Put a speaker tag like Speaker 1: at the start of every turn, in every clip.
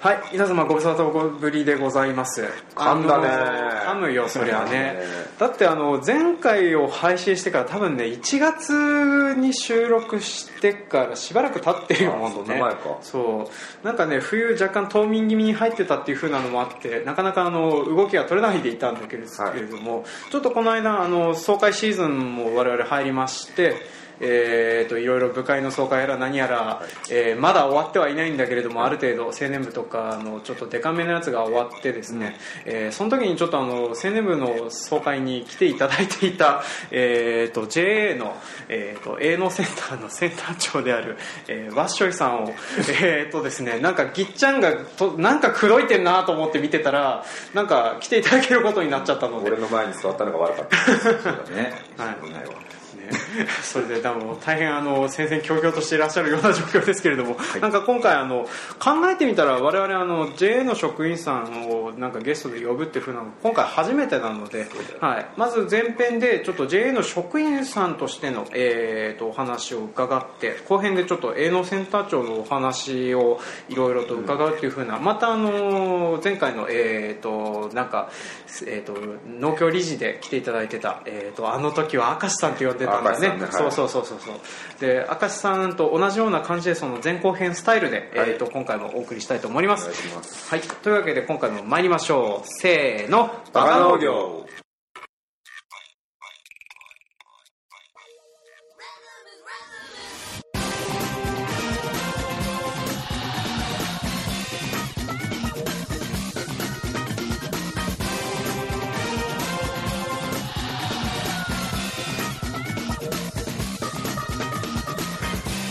Speaker 1: はい皆様ご無沙汰ぶりでございます
Speaker 2: 噛んだね
Speaker 1: あの噛むよそりゃ
Speaker 2: 噛んだ
Speaker 1: ね
Speaker 2: ね
Speaker 1: だってあの前回を配信してから多分ね1月に収録してからしばらく経ってるよ
Speaker 2: あ
Speaker 1: もん
Speaker 2: そん
Speaker 1: ね
Speaker 2: な前か
Speaker 1: そうなんかね冬若干冬眠気味に入ってたっていう風なのもあってなかなかあの動きが取れないでいたんだけれど
Speaker 2: はい
Speaker 1: けれども、ちょっとこの間あの総会シーズンも我々入りましてえー、といろいろ部会の総会やら何やら、えーまだ終わってはいないんだけれどもある程度青年部とかあのちょっとデカめのやつが終わってですね、えーその時にちょっとあの青年部の総会に来ていただいていた、 えー、と JA の、えー、と営農センターのセンター長である、えーワッショイさんをえーとですねなんかぎっちゃんがとなんか黒いてんなと思って見てたらなんか来ていただけることになっちゃったので
Speaker 2: 俺の前に座ったのが悪かったそうだね
Speaker 1: はい
Speaker 2: 危ないわ
Speaker 1: ね、 それで多分大変あの戦々恐々としていらっしゃるような状況ですけれども、なんか今回あの考えてみたら我々あの JA の職員さんをなんかゲストで呼ぶっていうふうなの今回初めてなので、はい、まず前編でちょっと JA の職員さんとしての、えー、とお話を伺って後編でちょっと営農センター長のお話をいろいろと伺うっていうふうな、またあの前回のえっ、となんか、えー、と農協理事で来ていただいてた、えー、とあの時は明石さんって呼んで出たんだよね
Speaker 2: 明石さんねは
Speaker 1: そう
Speaker 2: い
Speaker 1: そうそうそうそうで明石さんと同じような感じでその前後編スタイルで、
Speaker 2: はい
Speaker 1: えー、と今回もお送りしたいと思いま
Speaker 2: お
Speaker 1: す
Speaker 2: 願いします
Speaker 1: はい、というわけで今回も参りましょうせーの
Speaker 2: バカ農業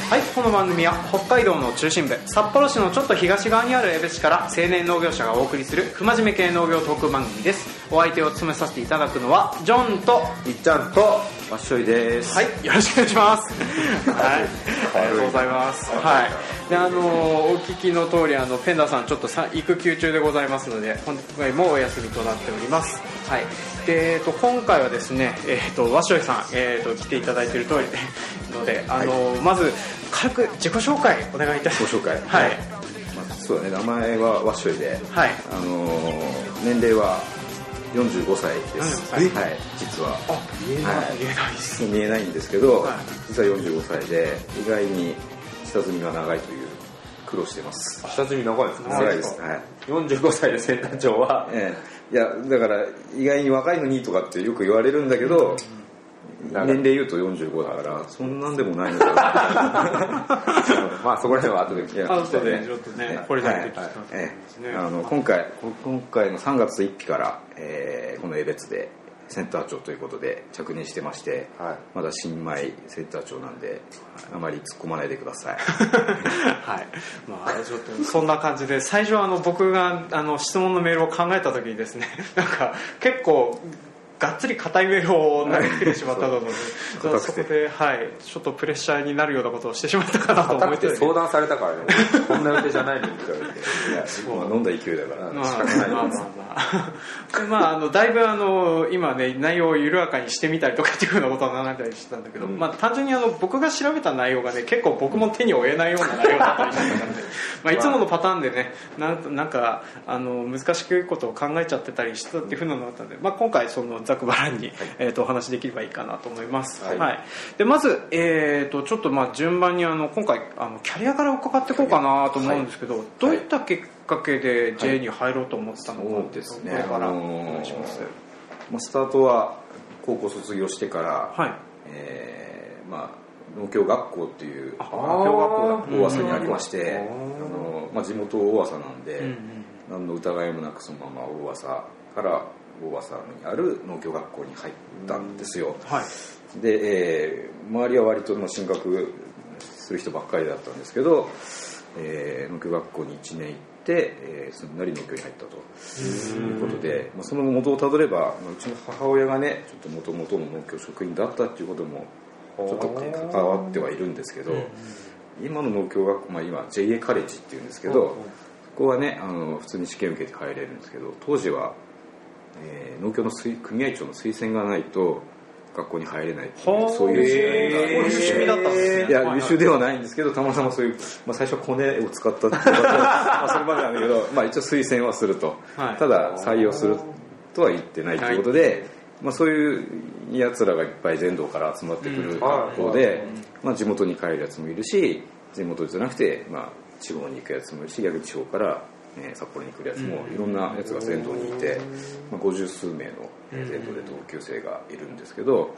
Speaker 1: はいこの番組は北海道の中心部札幌市のちょっと東側にある江部市から青年農業者がお送りする不真面目系農業トーク番組ですお相手を務めさせていただくのはジョンと
Speaker 2: いっちゃんとわっしょいです
Speaker 1: はい、よろしくお願いします。はい、ありがとうございます。はい、で、あのーお聞きの通り、あのペンダーさん、ちょっとさ育休中でございますので、今回もお休みとなっております。はい、で、えっと、今回はですね、えっと、和尚さん、えっと、来ていただいている通りで。ので、あのーまず、軽く自己紹介、お願いいたし
Speaker 2: ご
Speaker 1: ます。
Speaker 2: 紹介
Speaker 1: はい、
Speaker 2: まあそうだね名前はわっしょいで
Speaker 1: はい、
Speaker 2: あのー年齢は45歳です
Speaker 1: 45歳
Speaker 2: はい実は
Speaker 1: あ、言えない、
Speaker 2: はい
Speaker 1: 言えないです。
Speaker 2: 見えないんですけど、
Speaker 1: はい
Speaker 2: 実は45歳で意外に下積みが長いという苦労してます下積み長いです
Speaker 1: ね
Speaker 2: 長いですはい
Speaker 3: 45歳でセンター長は
Speaker 2: ええいやだから意外に若いのにとかってよく言われるんだけど、年齢言うと45だからそんなんでもないのか
Speaker 3: まあそこら辺は後で聞
Speaker 2: ないや
Speaker 1: 後でちょっとね
Speaker 2: ええ
Speaker 1: これだけ聞きた
Speaker 2: はいいえ
Speaker 1: ね
Speaker 2: えあの今回こ今回の3月1日から、えーこの江別でセンター長ということで着任してまして、
Speaker 3: はい
Speaker 2: まだ新米センター長なんであまり突っ込まないでくだ さい
Speaker 1: はい、まあちょっとそんな感じで最初はあの僕があの質問のメールを考えた時にですね なんか結構がっつり硬いメールを投げてきてしまったのでそ
Speaker 2: 硬
Speaker 1: そ
Speaker 2: くて
Speaker 1: こで、はい、ちょっとプレッシャーになるようなことをしてしまったかなと思
Speaker 3: 硬
Speaker 1: っ
Speaker 3: く
Speaker 1: て
Speaker 3: て相談されたからね俺こんな予定じゃないのにって言われて
Speaker 2: いや
Speaker 1: う
Speaker 2: まあ飲んだ勢いだから、
Speaker 3: うん
Speaker 1: まあまあまあまあ でまああのだいぶあの今ね内容を緩やかにしてみたりとかっていうふうなことはならたりしてたんだけど、まあ単純にあの僕が調べた内容がね結構僕も手に負えないような内容だったりしたのでまあいつものパターンでねなんなんかあの難しくことを考えちゃってたりしてたっていうふうなのがあったんで、まあ、今回そのざくばらんに、えー、とお話しできればいいかなと思います、は
Speaker 2: はいい
Speaker 1: でまず、えー、とちょっとまあ順番にあの今回あのキャリアから伺っていこうかなと思うんですけど、どういったきっかけで J に入ろうと思ってたのか、
Speaker 2: そうですね
Speaker 1: これから
Speaker 2: あ
Speaker 1: お
Speaker 2: のー
Speaker 1: 願いします、
Speaker 2: まあ、スタートは高校卒業してから、
Speaker 1: はい
Speaker 2: えーまあ、農協学校っていう
Speaker 1: あ
Speaker 2: 農協学校
Speaker 1: 農協学校
Speaker 2: が大麻にありまして、
Speaker 1: うん
Speaker 2: あのまあ、地元大麻なんで、
Speaker 1: うんうん
Speaker 2: 何の疑いもなくそのまま大麻から大麻にある農協学校に入ったんですよ、
Speaker 1: はい
Speaker 2: で、えー周りは割とまあ進学する人ばっかりだったんですけど、えー農協学校に1年行って、えーすんなり農協に入ったということで、まあ、その元をたどれば、まあうちの母親がねちょっともともとの農協職員だったっていうこともちょっと関わってはいるんですけど、今の農協学校、まあ、今 JA カレッジっていうんですけど、
Speaker 1: うんうん
Speaker 2: そこはねあの普通に試験受けて入れるんですけど当時は、えー農協の推組合長の推薦がないと学校に入れないっていう
Speaker 1: はあ
Speaker 2: そういう
Speaker 1: へえ優
Speaker 2: 時代
Speaker 1: 秀
Speaker 2: が
Speaker 1: だったんですね
Speaker 2: いや優秀ではないんですけどたまたまそういう、まあ、最初はコネを使ったっていう まあそれまでなんだけど、まあ、一応推薦はすると、
Speaker 1: はい
Speaker 2: ただ採用するとは言ってないということで、まあ、そういうやつらがいっぱい全道から集まってく
Speaker 1: う
Speaker 2: る
Speaker 1: ん
Speaker 2: 学校で、まあ、地元に帰るやつもいるし地元じゃなくて、まあ、地方に行くやつもいるし逆に地方から、ね、札幌に来るやつもいろんなやつが全道にいて、まあ、50数名の全道で同級生がいるんですけどこ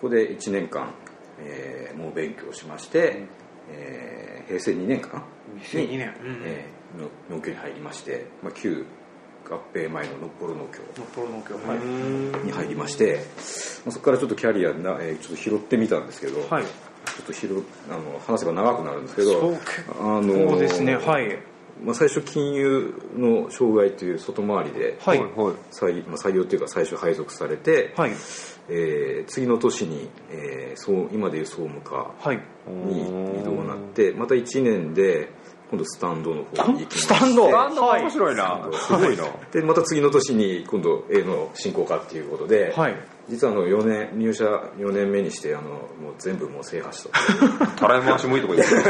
Speaker 2: こで1年間、えー猛勉強しまして、えー平成2年かな
Speaker 1: 2002年うん
Speaker 2: えーの農協に入りまして、まあ、旧合併前ののっぽろ農協
Speaker 1: のプロ農協は
Speaker 2: は
Speaker 1: いい
Speaker 2: に入りまして、まあ、そこからちょっとキャリアな、えーちょっと拾ってみたんですけど、
Speaker 1: はい
Speaker 2: ちょっと拾あの話せば長くなるんですけ
Speaker 1: そう
Speaker 2: ど
Speaker 1: 結
Speaker 2: あのー
Speaker 1: そうですねはい
Speaker 2: まあ、最初金融の障害という外回りで、
Speaker 1: はい
Speaker 2: 採まあ、採用というか最初配属されて、
Speaker 1: はい
Speaker 2: えー次の年に、えーそう今でいう総務課
Speaker 1: はい
Speaker 2: に移動になってまた1年で今度スタンドの方に行きまし
Speaker 1: ス
Speaker 2: て
Speaker 1: タンド
Speaker 3: バンドも
Speaker 1: はい
Speaker 3: 面白いな。すごいな。
Speaker 2: でまた次の年に今度 A の進行課っていうことで、
Speaker 1: はい
Speaker 2: 実はあの4年入社4年目にしてあのもう全部もう制 覇した、
Speaker 3: たらい回しもいいとこですね。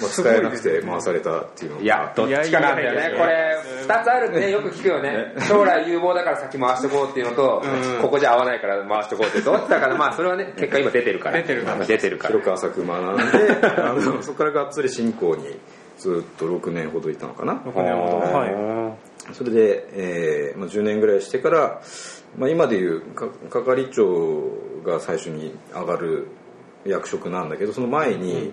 Speaker 2: まあ、使えなくて回されたっていうのが
Speaker 3: いや、どっちかなんだよ
Speaker 1: いやいやいやいや
Speaker 3: ね。これ、二つあるってねよく聞くよね。将来有望だから先回してこうっていうのと、ここじゃ合わないから回してこうって。どっちだから、まあそれはね、結果今出てるから。
Speaker 1: 出てるから
Speaker 3: 出てるから
Speaker 2: 広く浅く学んであのそこからがっつり進行にずっと6年ほどいたのかな
Speaker 1: なるほどはい
Speaker 2: それで、えーまあ、10年ぐらいしてから、まあ、今でいうか係長が最初に上がる役職なんだけどその前に、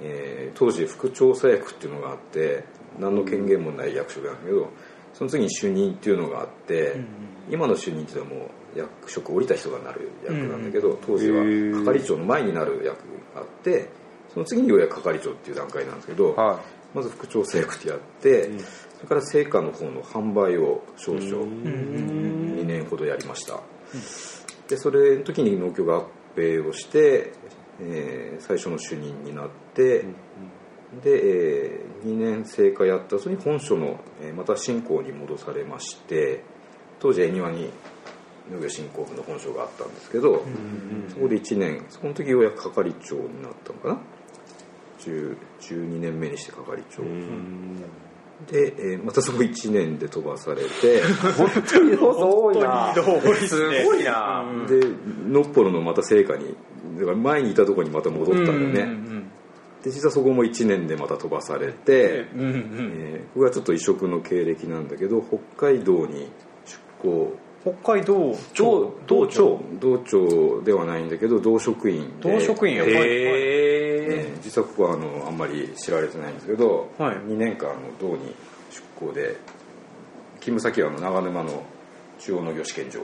Speaker 2: えー当時副調査役っていうのがあって何の権限もない役職なんだけどその次に主任っていうのがあって、今の主任っていうのはもう役職降りた人がなる役なんだけど、当時は係長の前になる役があってその次にようやく係長っていう段階なんですけど、
Speaker 3: は
Speaker 2: まず副調整役ってやって、それから成果の方の販売を少々2年ほどやりました、でそれの時に農協が合併をして、えー最初の主任になって、で、え2年生課やった後に本所の、えーまた新興に戻されまして当時恵庭に農業振興部の本所があったんですけど、そこで1年その時ようやく係長になったのかな10 12年目にして係長で、えーまたそこ1年で飛ばされ て
Speaker 3: い。そうそう多いな。
Speaker 1: 本当に多いです
Speaker 3: す
Speaker 1: ね
Speaker 3: ごいな。
Speaker 2: でのっぽろのまた成果にだから前にいたところにまた戻ったんだよね、で実はそこも1年でまた飛ばされて、
Speaker 1: うんうん
Speaker 2: えーここがちょっと異色の経歴なんだけど北海道に出向
Speaker 1: 北海道
Speaker 2: 道道庁道庁ではないんだけど道職員で
Speaker 1: 同職員や
Speaker 2: えー
Speaker 3: へ
Speaker 2: えー実はここはあのあんまり知られてないんですけど、
Speaker 1: はい
Speaker 2: 2年間あの道に出向で勤務先はあの長沼の中央農業試験場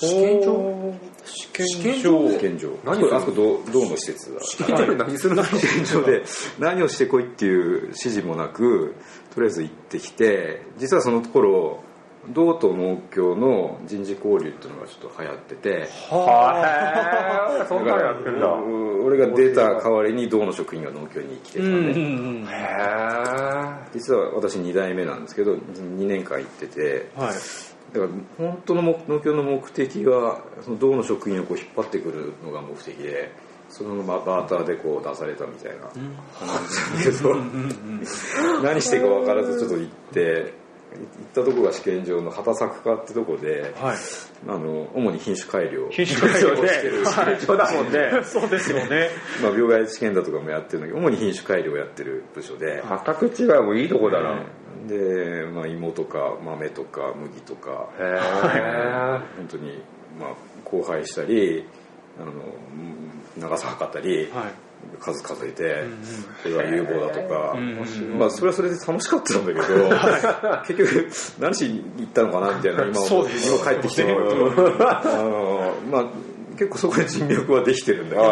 Speaker 1: 試験場試験場
Speaker 2: 試験場
Speaker 3: 何を
Speaker 2: あそこ道道の施設だ
Speaker 3: ぇー。何するの
Speaker 2: 試験場で何をしてこいっていう指示もなくとりあえず行ってきて実はその頃道と農協の人事交流っていうのがちょっと流行ってて
Speaker 3: はそんなのやってんだ。
Speaker 2: うん俺が出た代わりに道の職員が農協に来てた
Speaker 1: うんん
Speaker 2: で、
Speaker 1: うんうん
Speaker 3: へ
Speaker 2: 実は私2代目なんですけど2年間行ってて
Speaker 1: はい
Speaker 2: だから本当の目農協の目的はその道の職員をこう引っ張ってくるのが目的でそのままバーターでこう出されたみたいな感じなんだけど何していいか分からずちょっと行って行ったとこが試験場の畑作家ってとこで
Speaker 1: はい
Speaker 2: あの主に品種改良
Speaker 1: 品種改良
Speaker 2: をしてる
Speaker 3: ぇー。そうだもんね。
Speaker 1: そうですよね
Speaker 2: まあ、病害試験だとかもやってるんだけど主に品種改良をやってる部署で
Speaker 3: 畑違いもいいとこだな。
Speaker 2: で、まあ、芋とか豆とか麦とか
Speaker 3: へぇ
Speaker 2: 本当にまあ交配したりあのうん長さ測ったり、
Speaker 1: はい
Speaker 2: 数数えて、これは有望だとか、
Speaker 1: うん
Speaker 2: まあ、それはそれで楽しかったんだけど、 結局何しに行ったのかなみたいな今
Speaker 1: そうです
Speaker 2: 今帰ってきても あの、まあ、結構そこで人脈はできてるんだけ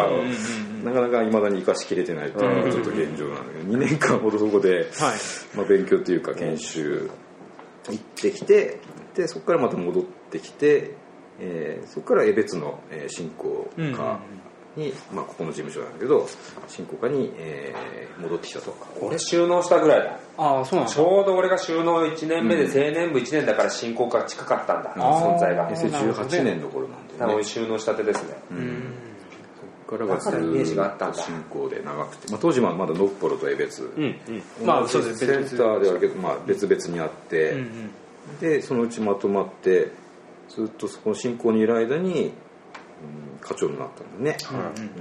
Speaker 2: ど、なかなかいまだに生かしきれてないっていうのがちょっと現状なんだけど、2年間ほどそこで、
Speaker 1: はい
Speaker 2: まあ、勉強というか研修行ってきてでそこからまた戻ってきて、えーそこから江別の、えー振興課
Speaker 1: うんうんうん
Speaker 2: に、まあ、ここの事務所なんだけど振興課に、えー戻ってきたと
Speaker 3: 俺収納したぐらいだ。
Speaker 1: ああそうなんで
Speaker 3: ちょうど俺が収納1年目で青年部1年だから進行が近かったんだ、
Speaker 1: あー
Speaker 3: 存在が
Speaker 2: 平成18年の頃なんでです
Speaker 3: 多
Speaker 2: ね
Speaker 3: 分収納したてですね。
Speaker 2: からがず
Speaker 3: だからイメージがあった
Speaker 2: ー
Speaker 3: ん
Speaker 2: っと
Speaker 3: だ
Speaker 2: 進行で長くて、まあ、当時はまだノッポロと江別、
Speaker 1: うんまあそうです
Speaker 2: センターではあるけど、まあ、別々にあって、
Speaker 1: うんうん
Speaker 2: でそのうちまとまってずっとそこの進行にいる間に、うん、課長になったんだね、うん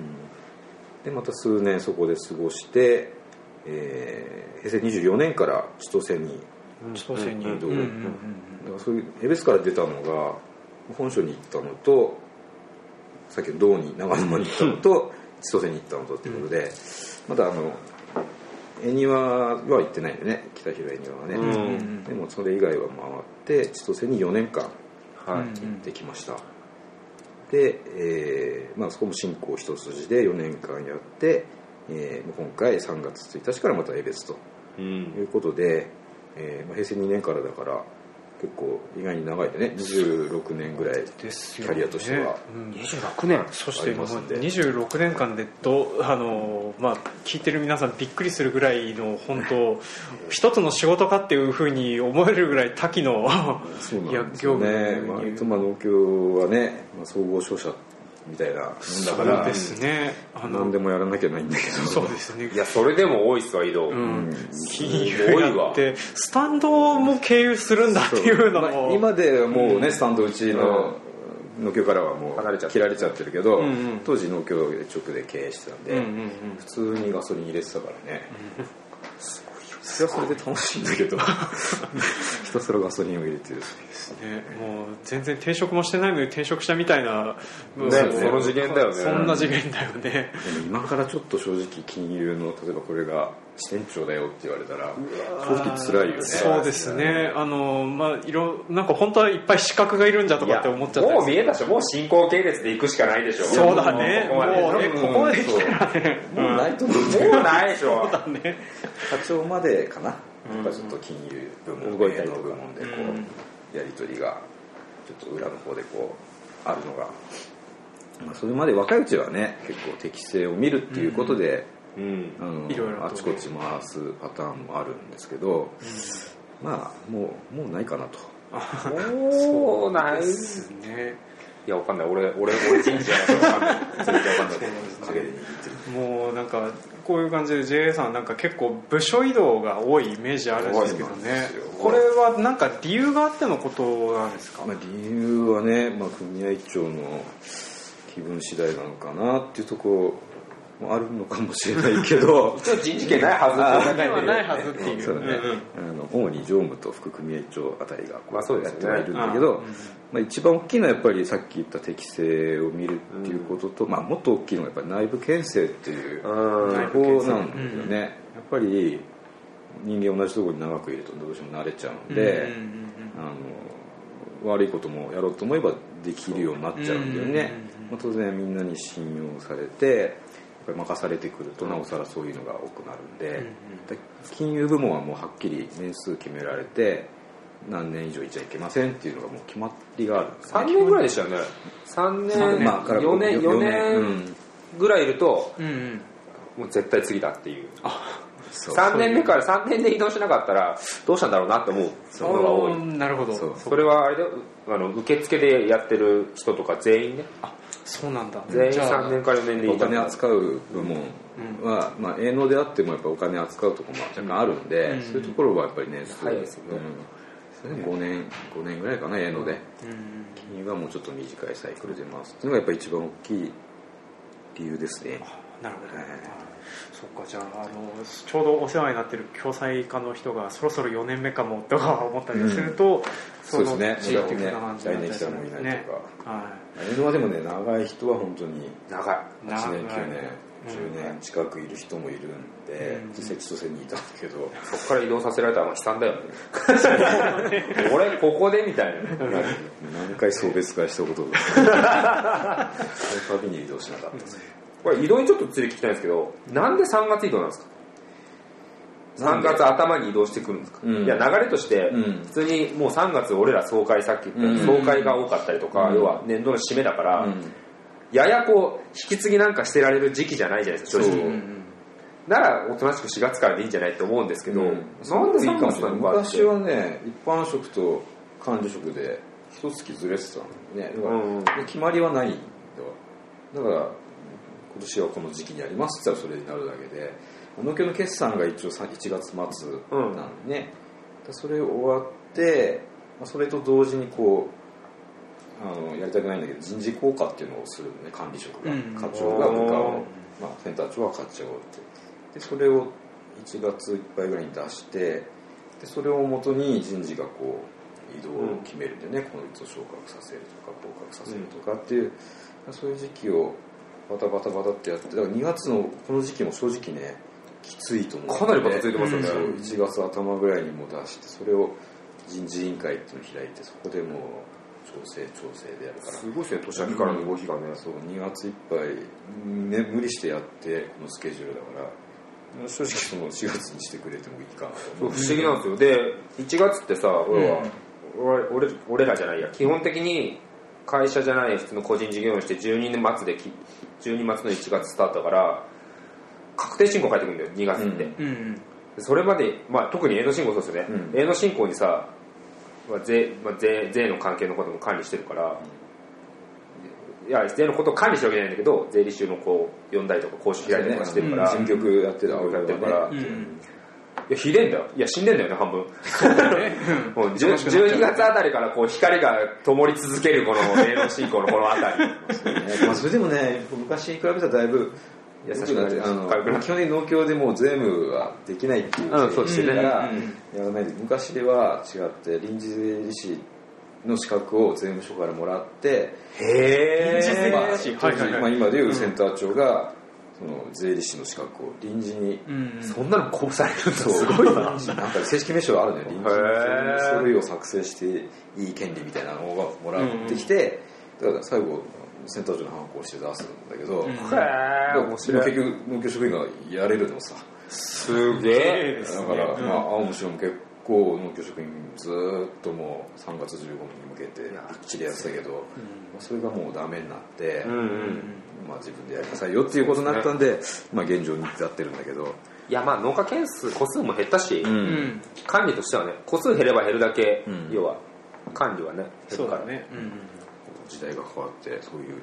Speaker 2: でまた数年そこで過ごして、えー平成24年から千歳に
Speaker 1: 朝鮮に
Speaker 2: うん
Speaker 1: うんうんうん
Speaker 2: だからそういう江別から出たのが本省に行ったのとさっきの道に長沼に行ったのと千歳に行ったのとっていうことで、まだあの恵庭は行ってないんでね北広恵庭はね、
Speaker 3: うん
Speaker 2: でもそれ以外は回って千歳に4年間
Speaker 3: は
Speaker 1: うん
Speaker 2: 行ってきました、で、えーまあ、そこも進行一筋で4年間やって、えー今回3月1日からまた江別と
Speaker 3: い。うん
Speaker 2: とい。うことで、えーまあ、平成2年からだから結構意外に長いでね26年ぐらい
Speaker 1: です
Speaker 2: キ
Speaker 1: よ
Speaker 2: ャ
Speaker 1: ね
Speaker 2: リアとしては、
Speaker 1: うん
Speaker 3: 26年。
Speaker 1: そしてもう
Speaker 2: ありますんで
Speaker 1: 26年間でどうあの、まあ、聞いてる皆さんびっくりするぐらいの本 当一つの仕事かっていうふうに思えるぐらい多岐の
Speaker 2: そう
Speaker 1: い
Speaker 2: な
Speaker 1: や
Speaker 2: んです
Speaker 1: 業
Speaker 2: よ
Speaker 1: 務
Speaker 2: ね割とまあ農協はね、まあ、総合商社みたいなもんだか
Speaker 1: そう
Speaker 2: ら
Speaker 1: ですねあの
Speaker 2: 何でもやらなきゃないんだけど
Speaker 1: そうですね
Speaker 3: いや、それでも多いっすわ、移動。
Speaker 1: うん金
Speaker 3: すごい
Speaker 1: 融
Speaker 3: わ
Speaker 1: やってスタンドも経由するんだって
Speaker 2: そう
Speaker 1: いうの
Speaker 2: まあ
Speaker 1: も
Speaker 2: 今ではもうねスタンドうちの農協からはも
Speaker 3: 離れちゃっ
Speaker 2: う
Speaker 3: て
Speaker 2: 切られちゃってるけど、
Speaker 1: んうん
Speaker 2: 当時農協直で経営してたんで、
Speaker 1: うんうんうん
Speaker 2: 普通にガソリン入れてたからね、すごいよそれはそれで楽しいんだけど ひたすらガソリンを入れてる
Speaker 1: ねもう全然転職もしてないのに転職したみたいな、もう
Speaker 3: ね
Speaker 2: その
Speaker 3: 次元だよね
Speaker 1: そんな次元だよね
Speaker 2: でも今からちょっと正直金融の例えばこれが支店長だよって言われたら正直辛いよね
Speaker 1: そうですねあのまあいろなんか本当はいっぱい資格がいるんじゃと
Speaker 3: い
Speaker 1: か
Speaker 3: や
Speaker 1: って思っちゃったり
Speaker 3: もう見えたでしょ、もう進行系列で行くしかないでしょ。
Speaker 1: そうだね
Speaker 3: ここまで
Speaker 1: もうね
Speaker 2: うん
Speaker 1: ここまで来たらね
Speaker 2: そうもうないと思うんだけど
Speaker 3: もうないでしょ。
Speaker 1: ね
Speaker 2: 課長までかな、やっぱちょっと金融部門
Speaker 3: 動いたりとか
Speaker 2: 営農部門でこうやり取りがちょっと裏の方でこうあるのが、まあ、それまで若いうちはね結構適性を見るっていうことで、
Speaker 3: うん。
Speaker 2: あの
Speaker 1: いろいろと
Speaker 2: あちこち回すパターンもあるんですけど、まあもうもうないかなと
Speaker 3: そうない。い
Speaker 1: ね
Speaker 3: や、わかんない。俺、俺、俺人事じゃないからわかんない。全然わかんない。
Speaker 2: 陰で握ってる
Speaker 1: もうなんかこういう感じで JA さんなんか結構部署移動が多いイメージあるんですけど
Speaker 2: 多いんで
Speaker 1: ね
Speaker 2: すよ
Speaker 1: これはなんか理由があってのことなんですか
Speaker 2: まあ、理由はね、まあ、組合長の気分次第なのかなっていうところもあるのかもしれないけ ど
Speaker 3: 一応人事権ないはずって
Speaker 1: はないはずっ
Speaker 3: ね
Speaker 1: ていう
Speaker 2: そうだね、あの主に常務と副組合長あたりがこ
Speaker 3: まあそう
Speaker 2: う
Speaker 3: で
Speaker 2: やっ
Speaker 3: すね
Speaker 2: てはいるんだけど、まあ、一番大きいのはやっぱりさっき言った適性を見るっていうことと、まあ、もっと大きいのはやっぱり内部牽制っていう
Speaker 3: う
Speaker 2: こ
Speaker 3: ん。
Speaker 1: 内
Speaker 2: こ
Speaker 1: 部牽制
Speaker 2: なんだよね、やっぱり人間同じところに長くいるとどうしても慣れちゃうの
Speaker 1: う
Speaker 2: で、
Speaker 1: んうんうんうん
Speaker 2: あの悪いこともやろうと思えばできるようになっちゃうんだよね、まあ、当然みんなに信用されてやっぱり任されてくるとなおさらそういうのが多くなるんで,で、金融部門はもうはっきり年数決められて何年以上いちゃいけませんっていうのがもう決まりがあるんです
Speaker 3: 3年ぐらいでしたよね。3年、
Speaker 2: まあから
Speaker 3: 4年、4
Speaker 2: うん
Speaker 3: 年ぐらいいると、
Speaker 1: うんうん
Speaker 3: もう絶対次だっていう。
Speaker 2: そう
Speaker 3: 3年目から3年で移動しなかったら、どうしたんだろうなって思うのが多い。
Speaker 1: なるほど
Speaker 2: そう
Speaker 1: そ
Speaker 3: それはあれだよあの受付でやってる人とか全員ね
Speaker 1: そうなんだ
Speaker 3: 全員
Speaker 1: じゃあ
Speaker 3: 3年から4年で
Speaker 2: お
Speaker 3: いたん
Speaker 2: 金
Speaker 3: だ
Speaker 2: 扱う部門は、まあ、営農であってもやっぱお金扱うところも若干あるんで、
Speaker 1: ん
Speaker 2: そういうところはやっぱり年数、
Speaker 3: 早いですよね
Speaker 2: うん、それで5年5年ぐらいかな営農で、
Speaker 1: うん
Speaker 2: 金融はもうちょっと短いサイクルで回すっていうのがやっぱり一番大きい理由ですね
Speaker 1: なるほど、
Speaker 2: はい
Speaker 1: そっかじゃああのちょうどお世話になってる共済課の人がそろそろ4年目かもとか思ったりすると、
Speaker 2: そうですね
Speaker 1: 地域的な感じになっ
Speaker 2: 来
Speaker 1: た
Speaker 2: 年
Speaker 1: り
Speaker 2: 来
Speaker 1: す
Speaker 2: た
Speaker 1: る
Speaker 2: の
Speaker 1: ん
Speaker 2: も
Speaker 1: で
Speaker 2: い
Speaker 1: す
Speaker 2: な
Speaker 1: ね
Speaker 2: いとか
Speaker 1: は
Speaker 2: 営農はでもね長い人は本当に
Speaker 3: 長い
Speaker 1: い
Speaker 2: 8年
Speaker 1: 長い
Speaker 2: 9年10年近くいる人もいるんで
Speaker 1: うん
Speaker 2: 実際千歳にいたんだけど
Speaker 3: そこから移動させられたらもう悲惨だよね俺ここでみたいなね
Speaker 2: 何回送別会したことだその度に移動しなかったです
Speaker 3: これ移動にちょっとついて聞きたいんですけどなんで3月移動なんですか
Speaker 2: な
Speaker 3: 3
Speaker 2: んで
Speaker 3: 月頭に移動してくるんですか、
Speaker 2: うん
Speaker 3: いや流れとして
Speaker 2: うん
Speaker 3: 普通にもう3月俺ら総会さっき言ったよう
Speaker 2: う
Speaker 3: に
Speaker 2: ん
Speaker 3: 総会が多かったりとか、
Speaker 2: うん
Speaker 3: 要は年度の締めだから、
Speaker 2: うん
Speaker 3: ややこう引き継ぎなんかしてられる時期じゃないじゃないですか正直
Speaker 2: そう
Speaker 3: ならおとなしく4月からでいいんじゃないって思うんですけど、
Speaker 2: うん
Speaker 3: なんで3月なのかって
Speaker 2: 昔はね一般職と管理職で一月ずれてたんだよねだから、
Speaker 3: うん
Speaker 2: で決まりはないんだだから今年はこの時期にやりますって言ったらそれになるだけで農協の決算が一応さ1月末なんでね、だからそれ終わって、まあ、それと同時にこうあのやりたくないんだけど人事効果っていうのをするのね管理職が、
Speaker 1: うん
Speaker 2: 課長が部下
Speaker 3: う
Speaker 2: を
Speaker 3: ん、
Speaker 2: まあ、センター長は課長ってでそれを1月いっぱいぐらいに出してでそれをもとに人事がこう移動を決めるんでね、この人を昇格させるとか降格させるとかっていう、そういう時期をバタバタバタってやってだから2月のこの時期も正直ねきついと思う、
Speaker 3: かなりバタついてますよね
Speaker 2: そう1月頭ぐらいにも出してそれを人事委員会っていうのを開いてそこでもう調整調整でやるから
Speaker 3: すごいですね年明けからの動きがね、
Speaker 2: そう2月いっぱい、ね、無理してやってこのスケジュールだから正直その4月にしてくれてもいいかなと
Speaker 3: そう
Speaker 2: 思う
Speaker 3: 不思議なんですよで1月ってさ俺は、俺俺俺らじゃないや基本的に会社じゃない普通の個人事業主して12年末でき12月の1月スタートだから確定申告書いてくるんだよ2月って、
Speaker 2: うん
Speaker 1: うん
Speaker 3: それまで、まあ、特に営農振興そうですよね、
Speaker 2: うん
Speaker 3: 営農振興にさ、まあ税まあ、税税の関係のことも管理してるから、いや税のことを管理してるわけじゃないんだけど税理士のこう呼んだりとか講習開いたりとかしてるから、
Speaker 2: 新曲やってる青い
Speaker 3: やってるから
Speaker 1: うん
Speaker 3: いや、ひでえんだよ。いや、死んでんだよね、半分。 もう10 12月あたりからこう光が灯り続けるこの芸能進行のこのあたり。
Speaker 2: まあ、それでもね昔に比べたらだいぶ優しくなってあの
Speaker 3: 軽くなって
Speaker 2: 基本的に農協でもう税務はできないっていう
Speaker 3: うんそうです
Speaker 2: だ
Speaker 3: よ
Speaker 2: か
Speaker 3: ね
Speaker 2: ら
Speaker 1: うん
Speaker 2: やらないで昔では違って臨時税理士の資格を税務署からもらって
Speaker 1: 臨
Speaker 3: へ
Speaker 1: 時税
Speaker 3: え。
Speaker 1: 理
Speaker 2: まあ
Speaker 1: 士
Speaker 2: 当
Speaker 1: はいはい
Speaker 2: 時
Speaker 1: はい
Speaker 2: まあ今でいうセンター長がその税理士の資格を臨時に
Speaker 1: うん
Speaker 3: そんなのこうされるんだ。
Speaker 2: そう
Speaker 3: すごいな。
Speaker 2: なんか正式名称あるのよ臨時
Speaker 3: へー
Speaker 2: 書類を作成していい権利みたいなのがもらってきて、だから最後センター長のハンコをして出すんだけど、
Speaker 1: ん
Speaker 2: だか
Speaker 3: へ
Speaker 2: ら
Speaker 3: え、
Speaker 2: もう
Speaker 3: 面
Speaker 2: 結
Speaker 3: 白い。
Speaker 2: 局農協職員がやれるのさ
Speaker 3: すげ
Speaker 1: ええ
Speaker 3: え。
Speaker 1: で
Speaker 2: だ
Speaker 1: すね
Speaker 2: から、
Speaker 1: うん
Speaker 2: まあ青虫も結構農協職員ずーっともう3月15日に向けて一気でやってたけど、まあそれがもうダメになって、
Speaker 3: うんうん。
Speaker 2: まあ、自分でやりなさいよっていうことになったんでまあ、現状に至ってるんだけど、
Speaker 3: いや、まあ農家件数、個数も減ったし、
Speaker 1: うんん
Speaker 3: 管理としてはね、個数減れば減るだけ、
Speaker 2: うん
Speaker 3: 要は、管理はね、減
Speaker 1: そ
Speaker 3: る
Speaker 1: う
Speaker 3: か
Speaker 1: だ
Speaker 3: ら。
Speaker 1: ねうん
Speaker 2: 時代が変わってそういう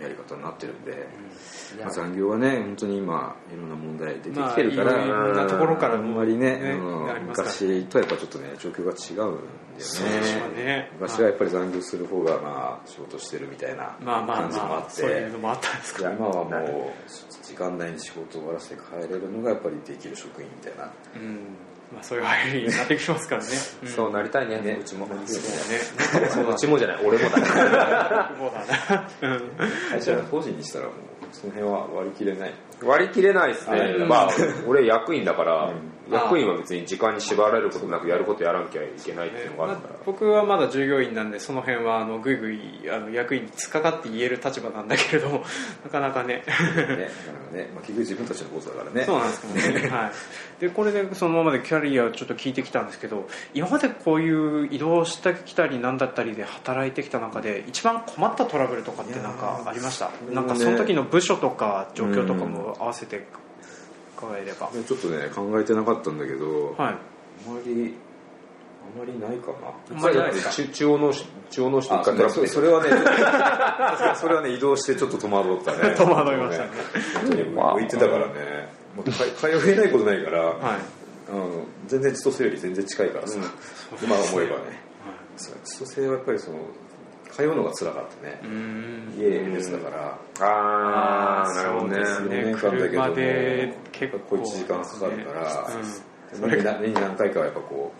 Speaker 2: やり方になってるんで、
Speaker 3: いや
Speaker 2: まあ、残業はね本当に今いろんな問題出てきてるか
Speaker 1: まあいろ
Speaker 2: ら、
Speaker 1: んなところから
Speaker 2: あんまりね
Speaker 1: ね
Speaker 2: あの
Speaker 1: ありますから
Speaker 2: 昔とはやっぱちょっとね状況が違うんだ
Speaker 1: そうでしょ
Speaker 2: よ
Speaker 1: う
Speaker 2: ね
Speaker 1: ね
Speaker 2: 昔はやっぱり残業する方がまあ仕事してるみたいな
Speaker 1: まあまあ
Speaker 2: 感じもあ
Speaker 1: ま
Speaker 2: っ
Speaker 1: あ
Speaker 2: て、
Speaker 1: そういうのもあったんですか
Speaker 2: 今はもう時間内に仕事を終わらせて帰れるのがやっぱりできる職員みたいな
Speaker 1: うんまあそういう入りになってきます からね
Speaker 3: そうんなりたいね、
Speaker 2: ね
Speaker 3: うちも。
Speaker 1: そう
Speaker 3: うちもじゃない、俺もだ
Speaker 1: だ
Speaker 3: ね。
Speaker 1: ねそうだなうん
Speaker 2: 会社法人にしたらもうその辺は割り切れない
Speaker 3: 割り切れないです
Speaker 2: あ
Speaker 3: ね
Speaker 2: れ、
Speaker 3: まあ、俺役員だから、
Speaker 2: う
Speaker 3: 役員は別に時間に縛られることなくやることやらなきゃいけないっていうのがあるか
Speaker 1: ま
Speaker 3: ら
Speaker 1: あ、僕はまだ従業員なんでその辺はあのぐいぐいあの役員に突っかかって言える立場なんだけれども なかなかね
Speaker 2: ね、だからね、まあ、結局自分たちのことだからね。
Speaker 1: そうなんですけどね、はい、でこれでそのままでキャリアをちょっと聞いてきたんですけど今までこういう移動してきたりなんだったりで働いてきた中で一番困ったトラブルとかってなんかありました
Speaker 2: いやー
Speaker 1: なんかその時の部署とか状況とかも合わせて伺えれば、
Speaker 2: ちょっとね、考えてなかったんだけど、
Speaker 1: はい
Speaker 2: あまり、あまりないか
Speaker 1: あ
Speaker 2: な。
Speaker 1: んまりないですか
Speaker 3: 中中央農市中央農市で一
Speaker 2: あそう
Speaker 3: 回ト
Speaker 2: ね
Speaker 3: ラップ
Speaker 2: そ
Speaker 3: で
Speaker 2: うそれはね、ちょっ とそれはね、移動してちょっと戸惑ったね。
Speaker 1: 戸惑いましたね
Speaker 2: 本当に浮いてたからね、もうか通えないことないから、
Speaker 1: はい
Speaker 2: あの全然千歳より全然近いからさ、今思えばね。そう千歳はやっぱりその、通うのが辛かったね
Speaker 1: う。ん
Speaker 2: 家別だから。
Speaker 3: あーなるほどね
Speaker 1: そうですね
Speaker 2: 年間だけども
Speaker 1: 車で結構
Speaker 2: 1時間かかるから
Speaker 1: う、ん
Speaker 2: 年に何年に何回かはやっぱこ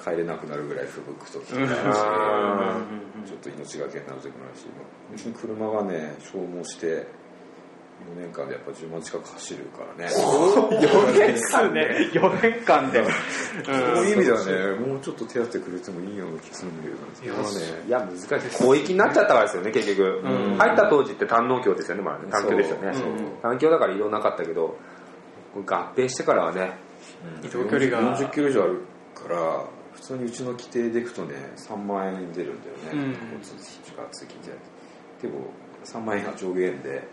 Speaker 2: う帰れなくなるぐらい吹雪く時とかあ
Speaker 3: あ
Speaker 2: るし ちょっと命がけになる時もあるし別に車がね消耗して4年間でやっぱ10万近く走るから ね
Speaker 1: 4年間で4年間で、
Speaker 2: そう
Speaker 1: うん
Speaker 2: いう意味ではねもうちょっと手当てくれてもいいような気するんだけどねそれはね
Speaker 3: ーいや難しい広域になっちゃったからですよね結局、
Speaker 1: うん
Speaker 3: 入った当時って単農協ですよねまあね単協でしたよね
Speaker 1: そう
Speaker 3: 単協だから移動なかったけど合併してからはね
Speaker 1: 移動距離が
Speaker 2: 40キロ以上あるから普通にうちの規定でいくとね3万円出るんだよね、
Speaker 1: うん
Speaker 2: 交通費とか通勤じゃなくてでも3万円が上限で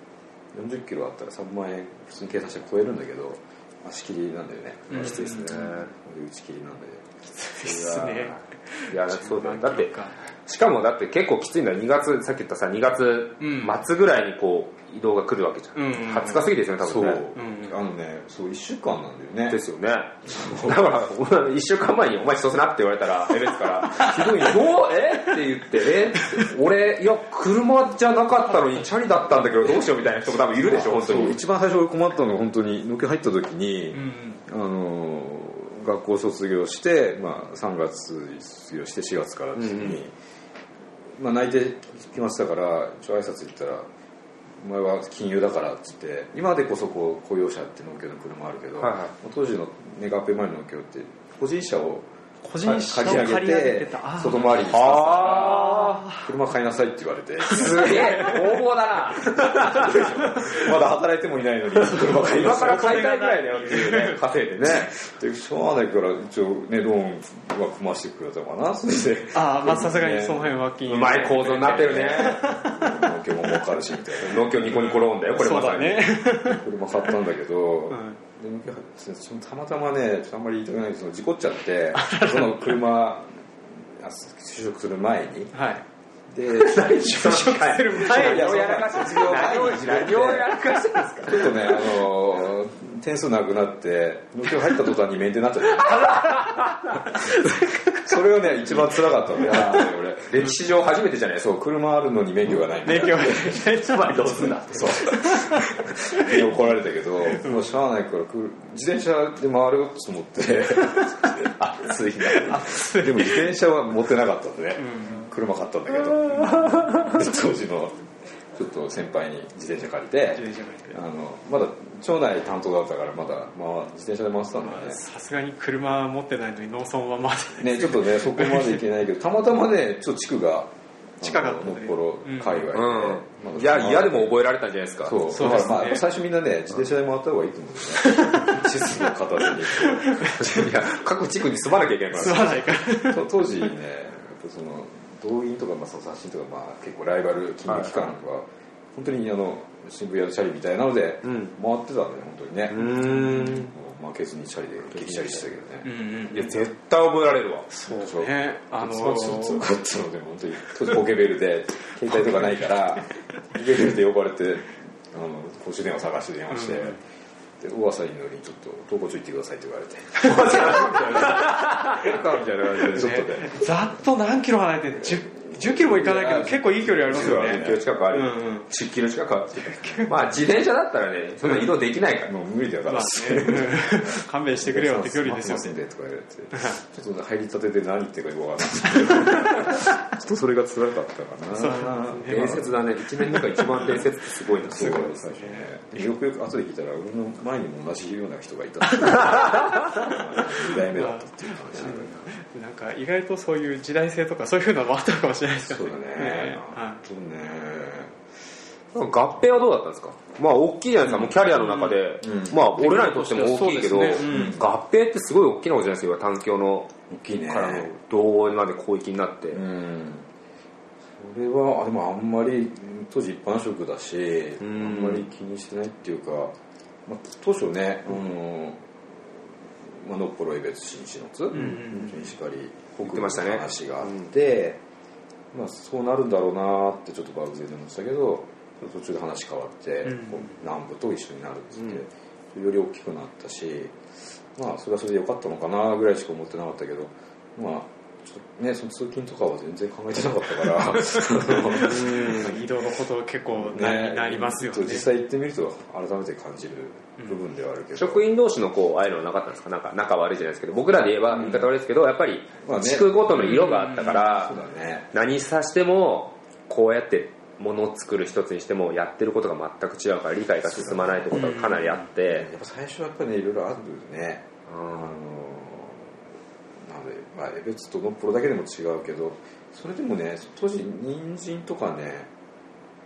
Speaker 2: 40キロあったら3万円普通に計算して超えるんだけど足切りなんだよね、
Speaker 1: うん
Speaker 2: きついですね、で打ち切りなんだよ
Speaker 1: ですね
Speaker 3: いやそうだよだって
Speaker 1: か
Speaker 3: しかもだって結構きついのは2月さっき言ったさ2月
Speaker 1: うん
Speaker 3: 末ぐらいにこう移動が来るわけじゃん、
Speaker 1: うんうんうん
Speaker 3: 20日過ぎですよね多
Speaker 2: そう、
Speaker 3: 分ね
Speaker 1: うん
Speaker 2: あのねそう1週間なんだよね
Speaker 3: ですよねだから1週 間前に「お前そうせな」って言われたらえ別から「 ひどいどうえっ?」て言って「え俺いや車じゃなかったのにチャリだったんだけどどうしよう」みたいな人も多分いるでしょ本当
Speaker 2: そう
Speaker 3: に
Speaker 2: 一番最初困ったのが本当に農協入った時に、
Speaker 1: うん
Speaker 2: あの学校卒業して、まあ、3月卒業して4月からですね
Speaker 3: うん
Speaker 2: まあ、内定来ましたから一応挨拶行ったら「お前は金融だから」っつって今でこそこう雇用者って農協の車あるけど、
Speaker 3: はいはい
Speaker 2: 当時のネガペ前の農協って個人車を
Speaker 1: 個人
Speaker 2: か
Speaker 1: 車を
Speaker 2: 借り上
Speaker 1: 借り
Speaker 2: げ
Speaker 1: 上げて
Speaker 2: て
Speaker 1: たあー
Speaker 2: 外回りに使ってたか
Speaker 3: あ
Speaker 2: ら車買いなさいって言われて
Speaker 3: すげえ横暴だな
Speaker 2: まだ働いてもいないのに車買いな
Speaker 3: 今
Speaker 2: さ
Speaker 3: か
Speaker 2: い
Speaker 3: ら買いたいぐらいだよっていう ね稼いでね
Speaker 2: でしょうがないから一応ねローンは組ましてくれたかなそれで
Speaker 1: あーまあさすがにその辺は金融
Speaker 3: うまい構造になってるね
Speaker 2: 農協も儲かるしみたい
Speaker 3: 農協ニコニコローンだよこれ
Speaker 1: そ
Speaker 3: ま
Speaker 1: う
Speaker 3: さ
Speaker 1: だ
Speaker 3: に
Speaker 1: ね
Speaker 2: な車買ったんだけど、
Speaker 1: ん
Speaker 2: で農協入ってそのたまたまねあんまり言いたくないけどその事故っちゃって その車あ就職する前に
Speaker 1: はい
Speaker 2: で
Speaker 3: 就職する前に
Speaker 2: いや
Speaker 3: 何をやらかして
Speaker 2: 卒業前に
Speaker 3: 何をやらかしてですか
Speaker 2: ちょっとねあのー点数なくな って農協入った途端にメンテなっちゃったそれがね一番辛かったのやって俺
Speaker 3: 歴史上初めてじゃない
Speaker 2: そう車あるのに免許がないみたい
Speaker 1: 勉
Speaker 2: な
Speaker 1: 強
Speaker 3: つまりどうすんだっ て
Speaker 2: そう。で怒られたけど、もうしゃあないから来る、自転車で回るよと思 って、暑いな。でも自転車は持ってなかったんでね、車買ったんだけど、 当時のちょっと先輩に自転車借りて、あのまだ町内担当だったから、まだ、まあ、自転車で回ってたんだよね。
Speaker 1: さすがに車は持ってないのに農村はまだ
Speaker 2: ね、ちょっとね、そこまで行けないけど、たまたまね、ちょっと地区 が、
Speaker 1: 近かったね
Speaker 2: あののっころ界隈で、
Speaker 3: うんいやいやでも覚えられたんじゃないですか
Speaker 2: そう
Speaker 1: そう
Speaker 2: だ
Speaker 1: で
Speaker 2: か
Speaker 1: す
Speaker 2: ら
Speaker 1: ね
Speaker 2: まあ最初みんなね自転車で回った方がいいと思うん ですね地図の片手
Speaker 3: いや各地区に住まなきゃいけないから
Speaker 1: 住まないから
Speaker 2: にと当時ねやっぱその動員とかまあその刷新とかまあ結構ライバル金融機関は本当にあの渋谷のチャリみたいなので
Speaker 3: う
Speaker 2: 回っ
Speaker 3: ん
Speaker 2: てたんだよ本当にね
Speaker 3: うーん
Speaker 2: もう負けずにチャリで激チャリしてたけどね
Speaker 3: いや絶対覚えられるわ
Speaker 1: そう
Speaker 2: そう
Speaker 1: ねあ
Speaker 2: あの
Speaker 1: の
Speaker 2: ー、そう強かったので本当に当時ポケベルで携帯とかないからポケベルで呼ばれてあの公衆電話探して電話して、
Speaker 1: う
Speaker 2: で大朝に乗りにちょっと東校所行ってくださいって言われて大朝みたいな感 じでちょっとね
Speaker 1: ざっと何キロ離れてる10 10キロも行かないけど結構いい距離ありますよ
Speaker 2: 10
Speaker 1: ね
Speaker 2: キ
Speaker 3: 10キロ近くある、
Speaker 1: うんうん
Speaker 3: 10キロ近くあるまあ自転車だったらねそんな移動できないから、
Speaker 2: もう無理だ
Speaker 1: ま
Speaker 2: から、
Speaker 1: あねうん勘弁してくれよって距離ですよ
Speaker 2: 待
Speaker 1: ね
Speaker 2: ってますんでとか言われてちょっと入りたてで何言ってるかよくわかんないちょっとそれが辛かったかな
Speaker 1: そう
Speaker 3: 伝説だね一面の中一番伝説ってすごいな
Speaker 2: すごいですね。よくよく後で聞いたら、俺の前にも同じような人がいた。2代目だったっていう話だよね
Speaker 1: なんか意外とそういう時代性とかそういうのもあったのかもしれないです
Speaker 2: そう
Speaker 1: よ
Speaker 2: だ
Speaker 1: ね
Speaker 2: ね。
Speaker 1: は
Speaker 2: 本当ね。
Speaker 3: 合併はどうだったんですかまあ大きいじゃないですか、もうキャリアの中で、
Speaker 2: うん
Speaker 3: まあ俺らにとっても大きいけど、
Speaker 1: そうですねうん
Speaker 3: 合併ってすごい大きなことじゃないですか今環境の
Speaker 2: 大きいね。
Speaker 3: からの同意まで広域になって、
Speaker 2: うん。それは、あでもあんまり、当時一般職だし、あ
Speaker 3: ん
Speaker 2: んまり気にしてないっていうか、まあ、当初ね、あの、まあ、のっぽろ江別新篠津、
Speaker 1: んうん
Speaker 2: にしかり、
Speaker 3: 言ってましたね
Speaker 2: 話があって、まあ、そうなるんだろうなってちょっと漠然で思ってたけど途中で話変わって、
Speaker 1: うん
Speaker 2: こう南部と一緒になるっつって、より大きくなったしまあそれはそれで良かったのかなぐらいしか思ってなかったけどまあちょっとねその通勤とかは全然考えてなかったから
Speaker 1: い移動のこと結構な,、
Speaker 2: ね
Speaker 1: なりますよね
Speaker 2: 実際行ってみると改めて感じる部分ではあるけど、
Speaker 3: 職員同士のこうああいうのはなかったんですかなんか仲悪いじゃないですけど僕らで言えば言い方悪いですけどやっぱり
Speaker 2: まあね
Speaker 3: 地区ごとの色があったから、
Speaker 2: そうだね
Speaker 3: 何さしてもこうやって物を作る一つにしてもやってることが全く違うから理解が進まないってことがかなりあって
Speaker 2: やっぱ最初はやっぱりねいろいろあるねあの
Speaker 3: あ
Speaker 2: なので、まあ、エベツとノッポロだけでも違うけどそれでもね当時人参とかね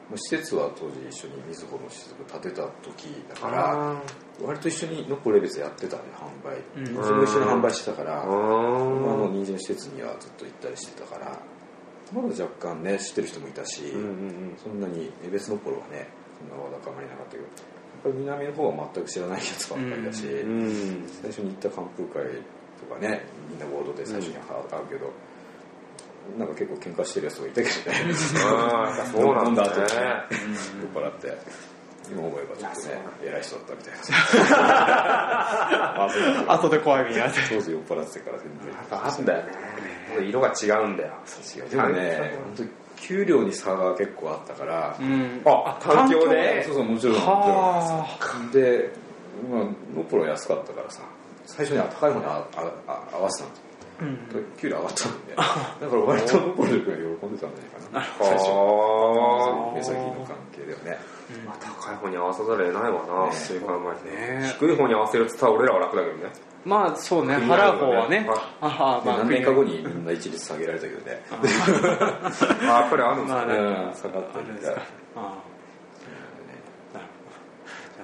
Speaker 2: まあ施設は当時一緒にみずほの施設を建てた時だ
Speaker 3: ー
Speaker 2: から
Speaker 3: あ
Speaker 2: 割と一緒にノッポロエベツやってたね販売
Speaker 1: うん
Speaker 2: 人参も一緒に販売してたから、あ
Speaker 3: ー
Speaker 2: の人参の施設にはずっと行ったりしてたからまだ若干ね知ってる人もいたし、
Speaker 3: うんうん
Speaker 2: そんなに江別の頃はねそんなわだかまりなかったけどやっぱり南の方は全く知らないやつばっかりだし、
Speaker 1: う
Speaker 3: うんうん
Speaker 2: 最初に行った観風会とかねみんなボードで最初に会うけど、なんか結構喧嘩してるやつがいたけどね
Speaker 3: ああそうなん
Speaker 2: 飲
Speaker 3: だ
Speaker 2: んだ
Speaker 3: ね
Speaker 2: 酔っ払って今思えばちょっとね偉い人だったみたいなあそうだ
Speaker 1: 後で怖いみたいな
Speaker 2: 当時酔っ払ってたから全然
Speaker 3: あるんだよね色が違うんだよ
Speaker 2: 違うでもね本当に給料に差が結構あったから、
Speaker 1: うん
Speaker 3: あ環境で
Speaker 2: そうそうもちろん
Speaker 1: は
Speaker 2: で、まあ、ノプロ安かったからさ最初に高いものにあああ合わせたの
Speaker 1: うん
Speaker 2: 給料上がっ たんでだから割とノプロ君が喜んでたんじゃないかな最初
Speaker 3: あ
Speaker 2: 目先の関係ではね
Speaker 3: あ高い方に合わさざるを得ないわなそういう考え
Speaker 1: ね
Speaker 3: 低い方に合わせるって言ったら俺らは楽だけどね
Speaker 1: まあそうね払う方はね
Speaker 3: はい
Speaker 1: ああ
Speaker 2: で
Speaker 1: まあ
Speaker 2: 何年か後にみんな一律下げられたけどね
Speaker 3: あやっぱりある
Speaker 1: まあね
Speaker 2: うん
Speaker 3: んですか
Speaker 2: 下が
Speaker 1: あ
Speaker 2: った
Speaker 1: るん
Speaker 2: み
Speaker 1: で
Speaker 2: た
Speaker 1: す
Speaker 2: い
Speaker 1: かああなるほどじゃ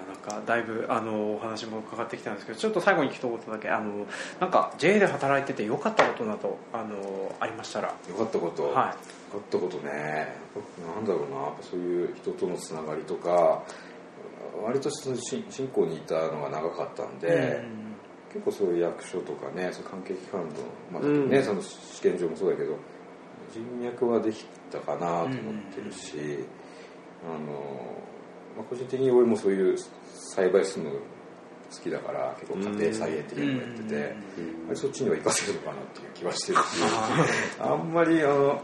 Speaker 1: あなんかだいぶあのお話も伺ってきたんですけどちょっと最後に一言だけあのなんか JA で働いてて良かったことなどあのありましたら
Speaker 2: よかったこと、
Speaker 1: は
Speaker 2: よかったことねなんだろうなやっぱそういう人とのつながりとか割とそのし信仰にいたのが長かったんで、
Speaker 1: うん
Speaker 2: 結構そういう役所とかねその関係機関の、まあね
Speaker 3: うん
Speaker 2: その試験場もそうだけど人脈はできたかなと思ってるし、あのまあ、個人的に俺もそういう栽培するの好きだから結構家庭菜園的なのやってて、あれそっちには行かせるのかなっていう気はしてるしあんまりあのうん本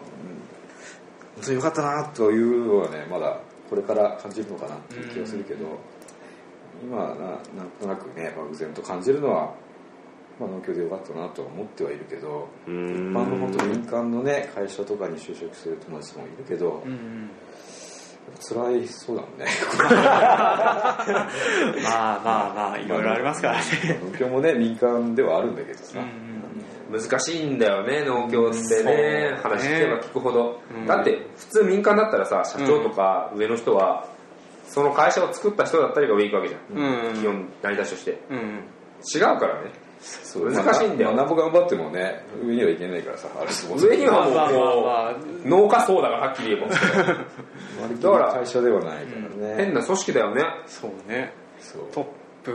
Speaker 2: 当によかったなというのはねまだこれから感じるのかなっていう気がするけど、今はななんとなくね漠然と感じるのは、まあ、農協でよかったなとは思ってはいるけど
Speaker 3: 一
Speaker 2: 一般の本当民間のね会社とかに就職する友達もいるけど、
Speaker 1: うんうん
Speaker 2: 辛いそうだもんね
Speaker 1: まあまあまあいろいろありますからね
Speaker 2: 農協もね民間ではあるんだけどさ、
Speaker 3: 難しいんだよね農協ってね
Speaker 1: そうね
Speaker 3: 話聞けば聞くほど、
Speaker 1: うん
Speaker 3: だって普通民間だったらさ社長とか上の人は、その会社を作った人だったりが上行くわけじゃん、
Speaker 1: うんうん
Speaker 3: 基本成り立ちとして
Speaker 1: うんうん
Speaker 3: 違うからね
Speaker 2: そう
Speaker 3: 難しいんだよ
Speaker 2: まあなまあなんぼ頑張ってもね上にはいけないからさあれそう
Speaker 3: 上にはもう
Speaker 1: まあまあまあ
Speaker 3: こう農家層だからはっきり言えば
Speaker 2: 割
Speaker 3: だ
Speaker 2: と
Speaker 3: から
Speaker 2: 会社ではないからね、
Speaker 3: 変な組織だよね
Speaker 1: そうね
Speaker 2: そう
Speaker 1: トップ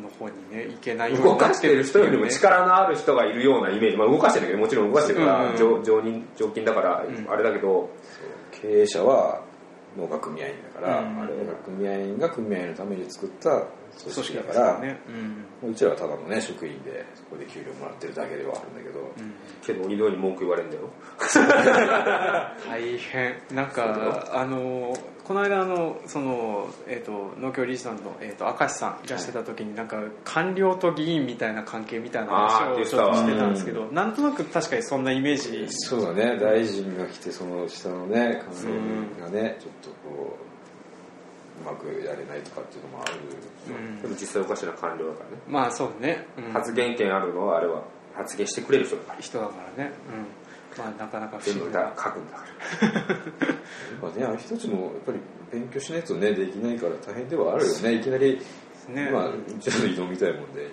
Speaker 1: の方にねいけないように
Speaker 3: 動かしてる人よりも
Speaker 1: なって
Speaker 3: 力のある人がいるようなイメージ、まあ、動かしてるけどもちろん動かしてるか
Speaker 1: うんう
Speaker 3: ら
Speaker 1: ん
Speaker 3: 常常任常勤だから
Speaker 1: ん
Speaker 3: あれだけど、
Speaker 2: 経営者は農家組合員だから、
Speaker 1: うん
Speaker 2: あれが組合員が組合員のために作った
Speaker 1: るよ
Speaker 2: 組
Speaker 1: ね組織
Speaker 2: 織
Speaker 1: だ
Speaker 2: だ
Speaker 1: か
Speaker 2: からら
Speaker 1: ねうん
Speaker 2: もううちらはただのね職員でそこで給料もらってるだけではあるんだけど、
Speaker 3: けど鬼のように文句言われるんだよ
Speaker 1: 大変なんかあのこの間あのその、えー、と農協理事さんの、えー、と明石さんいらしてた時になんか官僚と議員みたいな関係みたいな
Speaker 3: あー
Speaker 1: 話を
Speaker 3: 言っ
Speaker 1: ち
Speaker 3: て
Speaker 1: ょ
Speaker 3: た
Speaker 1: っと
Speaker 3: わ
Speaker 1: してたんですけどなんとなく確かにそんなイメージ
Speaker 2: そうだね大臣が来てその下のね官僚がね、ちょっとこううまくやれないとかっていうのもある、
Speaker 3: でも実際おかしな官僚だからね
Speaker 1: まあそうね、うん
Speaker 3: 発言権あるのはあれは発言してくれる人だから
Speaker 1: 人だからね、うん、まあなかなか不
Speaker 3: 全
Speaker 1: 思
Speaker 3: 部
Speaker 1: 議
Speaker 3: だ
Speaker 1: な
Speaker 3: 書くんだから
Speaker 2: やっぱねあの人たちもやっぱり勉強しないとねできないから大変ではあるよねいきなり
Speaker 1: ね
Speaker 2: まあ、うちの移動みたいもんで、
Speaker 1: うん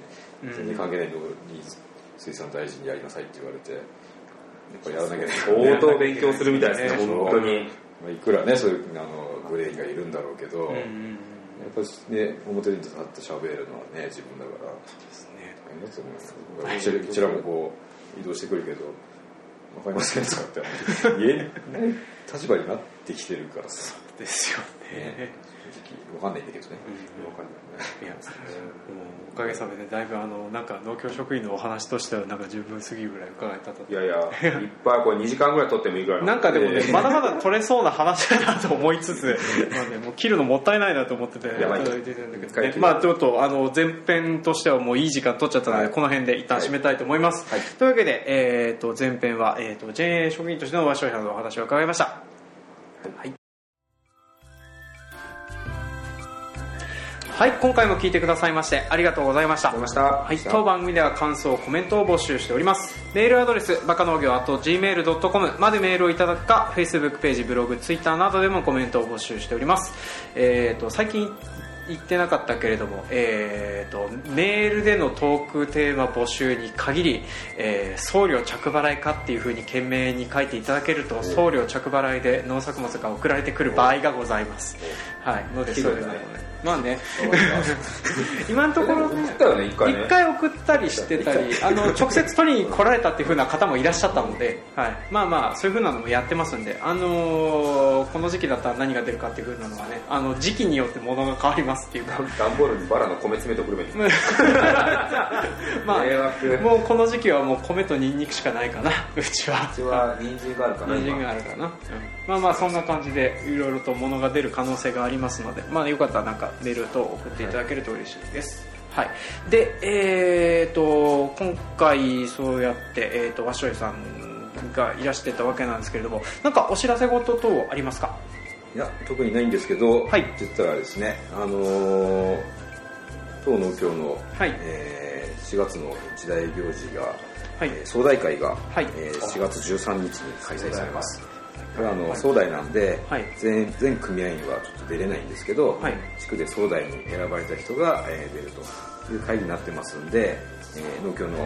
Speaker 2: 全然関係ないところに水産大臣にやりなさいって言われて、やっぱりやらなきゃいけない、
Speaker 3: 相当勉強するみたいですね
Speaker 2: ね
Speaker 3: 本当に
Speaker 2: まあ、いくらね、そういうあのグレーがいるんだろうけど、
Speaker 1: うんう
Speaker 2: や
Speaker 1: んうん
Speaker 2: っぱりね、表に立って喋るのはね、自分だから、
Speaker 1: ですね
Speaker 2: 大変だと思いますだからうちらうちらもこう、移動してくるけど、わかりませんとかって言えない立場になってきてるからさ、
Speaker 1: ですよ
Speaker 2: ね
Speaker 1: ね、
Speaker 2: 正直、わかんないんだけどね。
Speaker 3: わかんない
Speaker 1: いやもうおかげさまでだいぶあのなんか農協職員のお話としてはなんか十分すぎるぐらい伺えたと
Speaker 3: いやいやいっぱいこれ2時間ぐらい撮ってもいいぐらいの
Speaker 1: なんかでもね
Speaker 2: え、え
Speaker 1: まだまだ取れそうな話だなと思いつつ、まあね、もう切るのもったいないなと思ってて、
Speaker 3: やばい
Speaker 1: ただてるんだけど
Speaker 3: 使い
Speaker 1: ね
Speaker 3: 切る
Speaker 1: まあちょっとあの前編としてはもういい時間取っちゃったので、
Speaker 2: はい
Speaker 1: この辺で一旦締めたいと思います。というわけで、えー、と前編は、えー、と JA 職員としての和尚平のお話を伺いました。はいはい、今回も聞いてくださいましてありがとうございました。
Speaker 3: ありました
Speaker 1: はい、当番組では感想コメントを募集しておりますメールアドレスバカ農業 .gmail.com までメールをいただくか Facebook ページブログ Twitter などでもコメントを募集しておりますえっ、と最近言ってなかったけれども、えー、とメールでのトークテーマ募集に限り、えー送料着払いかっていうふうに懸命に書いていただけると送料着払いで農作物が送られてくる場合がございますはいので
Speaker 3: ひ
Speaker 1: そ
Speaker 3: どい
Speaker 1: れ
Speaker 3: ね
Speaker 1: でねまあ ね今のところね
Speaker 3: だよね一回ね
Speaker 1: 一回送ったりしてたりあの直接取りに来られたっていう風な方もいらっしゃったので、はい、まあまあそういう風なのもやってますんで、あのーこの時期だったら何が出るかっていう風なのはねあの時期によってものが変わりますっていう か
Speaker 3: 段ボールにバラの米詰めとくればいい
Speaker 1: まあ
Speaker 3: 迷惑
Speaker 1: もうこの時期はもう米とニンニクしかないかなうちは
Speaker 3: うちは人参があるかな
Speaker 1: 人参があるかな、まあまあそんな感じでいろいろと物が出る可能性がありますのでまあよかったらなんかメールと送っていただけると嬉しいですはい、でえー、と今回そうやって、えー、と和尚さんがいらしてたわけなんですけれどもなんかお知らせ事等ありますか
Speaker 2: いや特にないんですけど、
Speaker 1: はい
Speaker 2: 実はですねあのー当農協の、
Speaker 1: はい
Speaker 2: えー4月の一大行事が、
Speaker 1: はい
Speaker 2: えー総大会が、
Speaker 1: はい
Speaker 2: えー4月13日に開催されますこれはあの、
Speaker 1: はい
Speaker 2: 総代なんで、
Speaker 1: はい
Speaker 2: 全全組合員はちょっと出れないんですけど、
Speaker 1: はい
Speaker 2: 地区で総代に選ばれた人が、えー出るという会議になってますんで、えー農協の、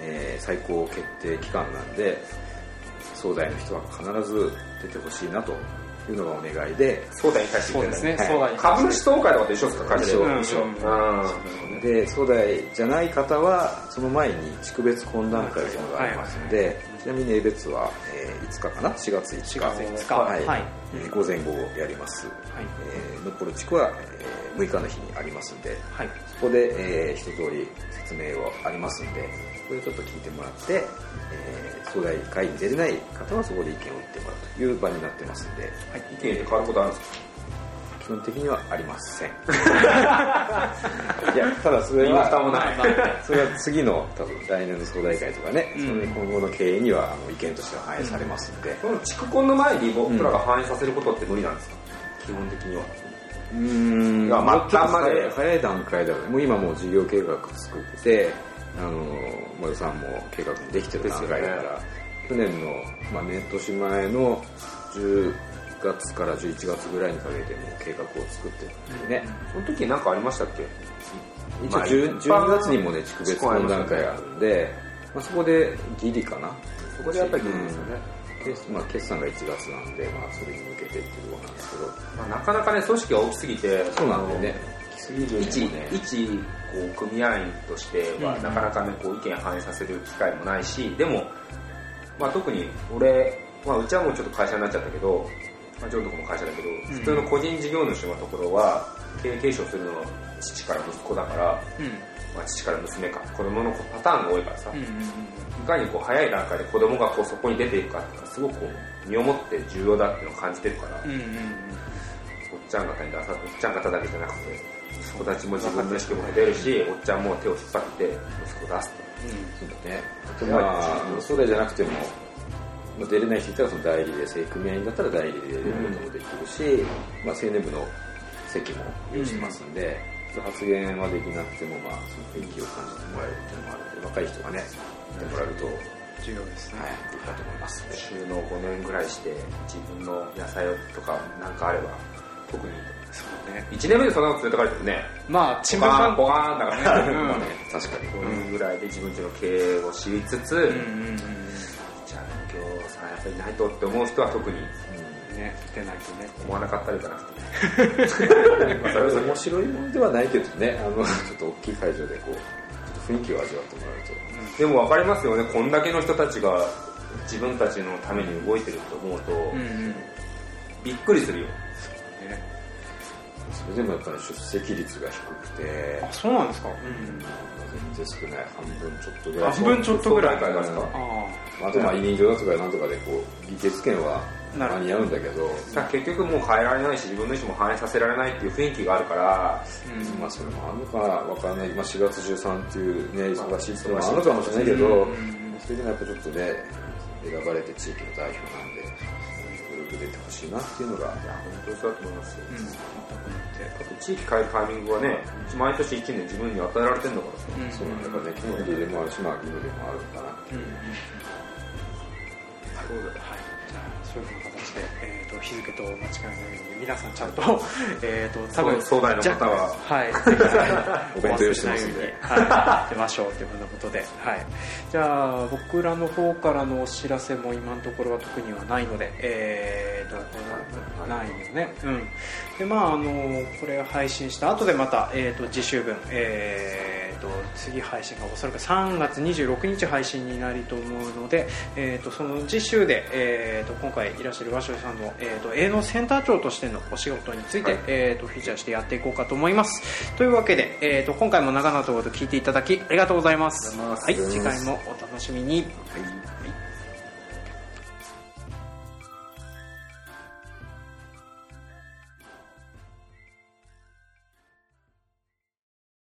Speaker 2: えー最高決定機関なんで総代の人は必ず出てほしいなというのがお願いで
Speaker 3: 相談に対して
Speaker 1: そう
Speaker 3: 言
Speaker 1: で
Speaker 3: って
Speaker 1: す
Speaker 3: んだ
Speaker 1: ね、そ
Speaker 2: はい
Speaker 3: よ
Speaker 1: うだね
Speaker 3: 株主総会とかと一緒ですか会社で
Speaker 2: 一緒
Speaker 1: うん
Speaker 2: 一緒
Speaker 1: うん
Speaker 3: うん
Speaker 2: で総代じゃない方はその前に地区別懇談会というのがありますので、ちなみに A 別は、えー5日かな4月5日
Speaker 1: 4月5日
Speaker 2: はい
Speaker 1: はい
Speaker 2: えー午前午後やります、えー残る地区は、え6日の日にありますんで
Speaker 1: はい
Speaker 2: そこで、えー一通り説明はありますんでこれちょっと聞いてもらって、えー、総代会に出れない方はそこで意見を言ってもらうという場になってますんで
Speaker 3: 意見で変わることあるんですか
Speaker 2: 基本的にはありませんいやただそれ
Speaker 3: 言い
Speaker 2: は
Speaker 3: 方もない
Speaker 2: それは次の多分来年の総大会とかね、
Speaker 1: ん
Speaker 2: その今後の経営にはあの意見としては反映されますんで、
Speaker 3: この地区婚の前に僕らが反映させることって無理なんですか基本的には
Speaker 2: うーん
Speaker 3: いや
Speaker 2: もうちょっと
Speaker 3: 末端まで
Speaker 2: 早い早い段階だよねもう今もう事業計画作ってあのまあ予算も計画もできてる段階だか
Speaker 3: ですよ
Speaker 2: ら、去年の、まあ、ね年前の10月から11月ぐらいにかけてもう計画を作ってるんでね、
Speaker 3: その時なんかありましたっけ
Speaker 2: 一
Speaker 3: ま
Speaker 2: 応
Speaker 3: あ
Speaker 2: 10
Speaker 3: 一般
Speaker 2: 12月にもね地区別懇談会あるんで、まあ、そこでギリかな
Speaker 3: そこでやっぱりいいですよね、
Speaker 2: 決まあ、決算が1月なんで、まあ、それに向けてっていうことなんですけど
Speaker 3: まあ、なかなかね組織が大きすぎて
Speaker 2: そうなんだよね
Speaker 3: 一一こう組合員としては
Speaker 1: うん
Speaker 3: なかなかねこう意見反映させる機会もないしでも、まあ、特に俺、まあ、うちはもうちょっと会社になっちゃったけど、まあ、ジョンとこも会社だけど普通の個人事業主のところは経営継承するのは父から息子だから、
Speaker 1: うん
Speaker 3: まあ、父から娘か子供のこうパターンが多いからさ、
Speaker 1: うんうんうん
Speaker 3: いかにこう早い段階で子供がこうそこに出ていくかっていうのはすごくこう身をもって重要だっていうのを感じてるから、
Speaker 1: うんうん
Speaker 3: おっちゃん方に出さおっちゃん方だけじゃなくて息子たちも自分の意識も出るしおっちゃんも手を引っ張って息子出す
Speaker 2: そうだね。あとまあ、そうだじゃなくても、まあ出れない人いたらその代理で、正組合員だったら代理で出ることもできるし、まあ、青年部の席も用意してますんで、ちょっと発言はできなくても、まあ、その雰囲気を感じてもらえるっていうのもあるんで、若い人がね、来てもらえると、はい、
Speaker 1: 重要ですね
Speaker 2: いいかと思いますね。
Speaker 3: 収納5年ぐらいして自分の野菜とかなんかあれば特に
Speaker 1: そうね
Speaker 3: 1年目でそんなこと連れてかれてもね
Speaker 1: まあちん
Speaker 3: ポ
Speaker 1: ぷん
Speaker 3: カ
Speaker 1: か
Speaker 3: ーン
Speaker 1: ん
Speaker 3: ポカーンだからね
Speaker 1: うん
Speaker 2: まあね、確かに。
Speaker 3: 5年ぐらいで自分ちの経営を知りつつ、
Speaker 1: うんうんうん
Speaker 3: じゃあ今日さやっぱりないとって思う人は特に
Speaker 1: うんね出ないとね
Speaker 3: 思わなかったりじゃなくて
Speaker 2: まあ、それは面白いものではないけどね、あの、ちょっと大きい会場でこう、ちょっと雰囲気を味わってもらえると。
Speaker 3: でも分かりますよねこんだけの人たちが自分たちのために動いてると思うと、
Speaker 1: うんうんね
Speaker 3: びっくりするよ
Speaker 2: それでもやっぱり出席率が低くて、
Speaker 1: あそうなんですかうん
Speaker 2: 全然少ない半分ちょっとぐらい
Speaker 1: 半分ちょっとぐらい
Speaker 3: かです
Speaker 2: うん
Speaker 3: か
Speaker 1: あ
Speaker 2: あとまあ委任状だとかなんとかでこう議決権は
Speaker 1: なるほ
Speaker 2: 間
Speaker 1: ど
Speaker 2: に合うんだけど
Speaker 3: だから結局もう変えられないし自分の意思も反映させられないっていう雰囲気があるから
Speaker 1: あうん
Speaker 2: まあそれもあるのかなわかんない、まあ、4月13っていうね
Speaker 3: まあ
Speaker 2: 忙しいっていうのもあるのかもしれないけど、
Speaker 1: うんうん
Speaker 2: それでもやっぱちょっとね選ばれて地域の代表なんでよく出てほしいなっていうのが
Speaker 3: いや本当にそうだと思いますよ、
Speaker 1: うん全くもって
Speaker 3: あと地域変えるタイミングはねうち毎年1年自分に与えられてるんだからさ、
Speaker 1: うん
Speaker 2: そうなんだからね気持ちでもあるしまあ義務でもあるのかな
Speaker 1: うんうんうん
Speaker 3: そうだよ
Speaker 1: はいじゃあそういうふうな形で、えー、と日付とお間違いないように皆さんちゃんとえーと多分
Speaker 3: そう壮大な方は
Speaker 1: はいぜひはい
Speaker 2: お弁当用意してますんで
Speaker 1: はい、出ましょうというふうなことで、はい、じゃあ僕らの方からのお知らせも今のところは特にはないので、えーとないよね、うん、でまああのこれ配信した後でまた、えー、と次週分、えー、と次配信がおそらく3月26日配信になりと思うので、えー、とその次週で、えー、と今回いらっしゃる和尚さんの、えー、と営農センター長としてのお仕事について、
Speaker 2: はい
Speaker 1: えー、とフィーチャーしてやっていこうかと思いますというわけで、えー、と今回も長々と聞いていただきありがとうございます
Speaker 2: ありがとうござ
Speaker 1: はいい
Speaker 2: ます
Speaker 1: 次回もお楽しみに
Speaker 2: はい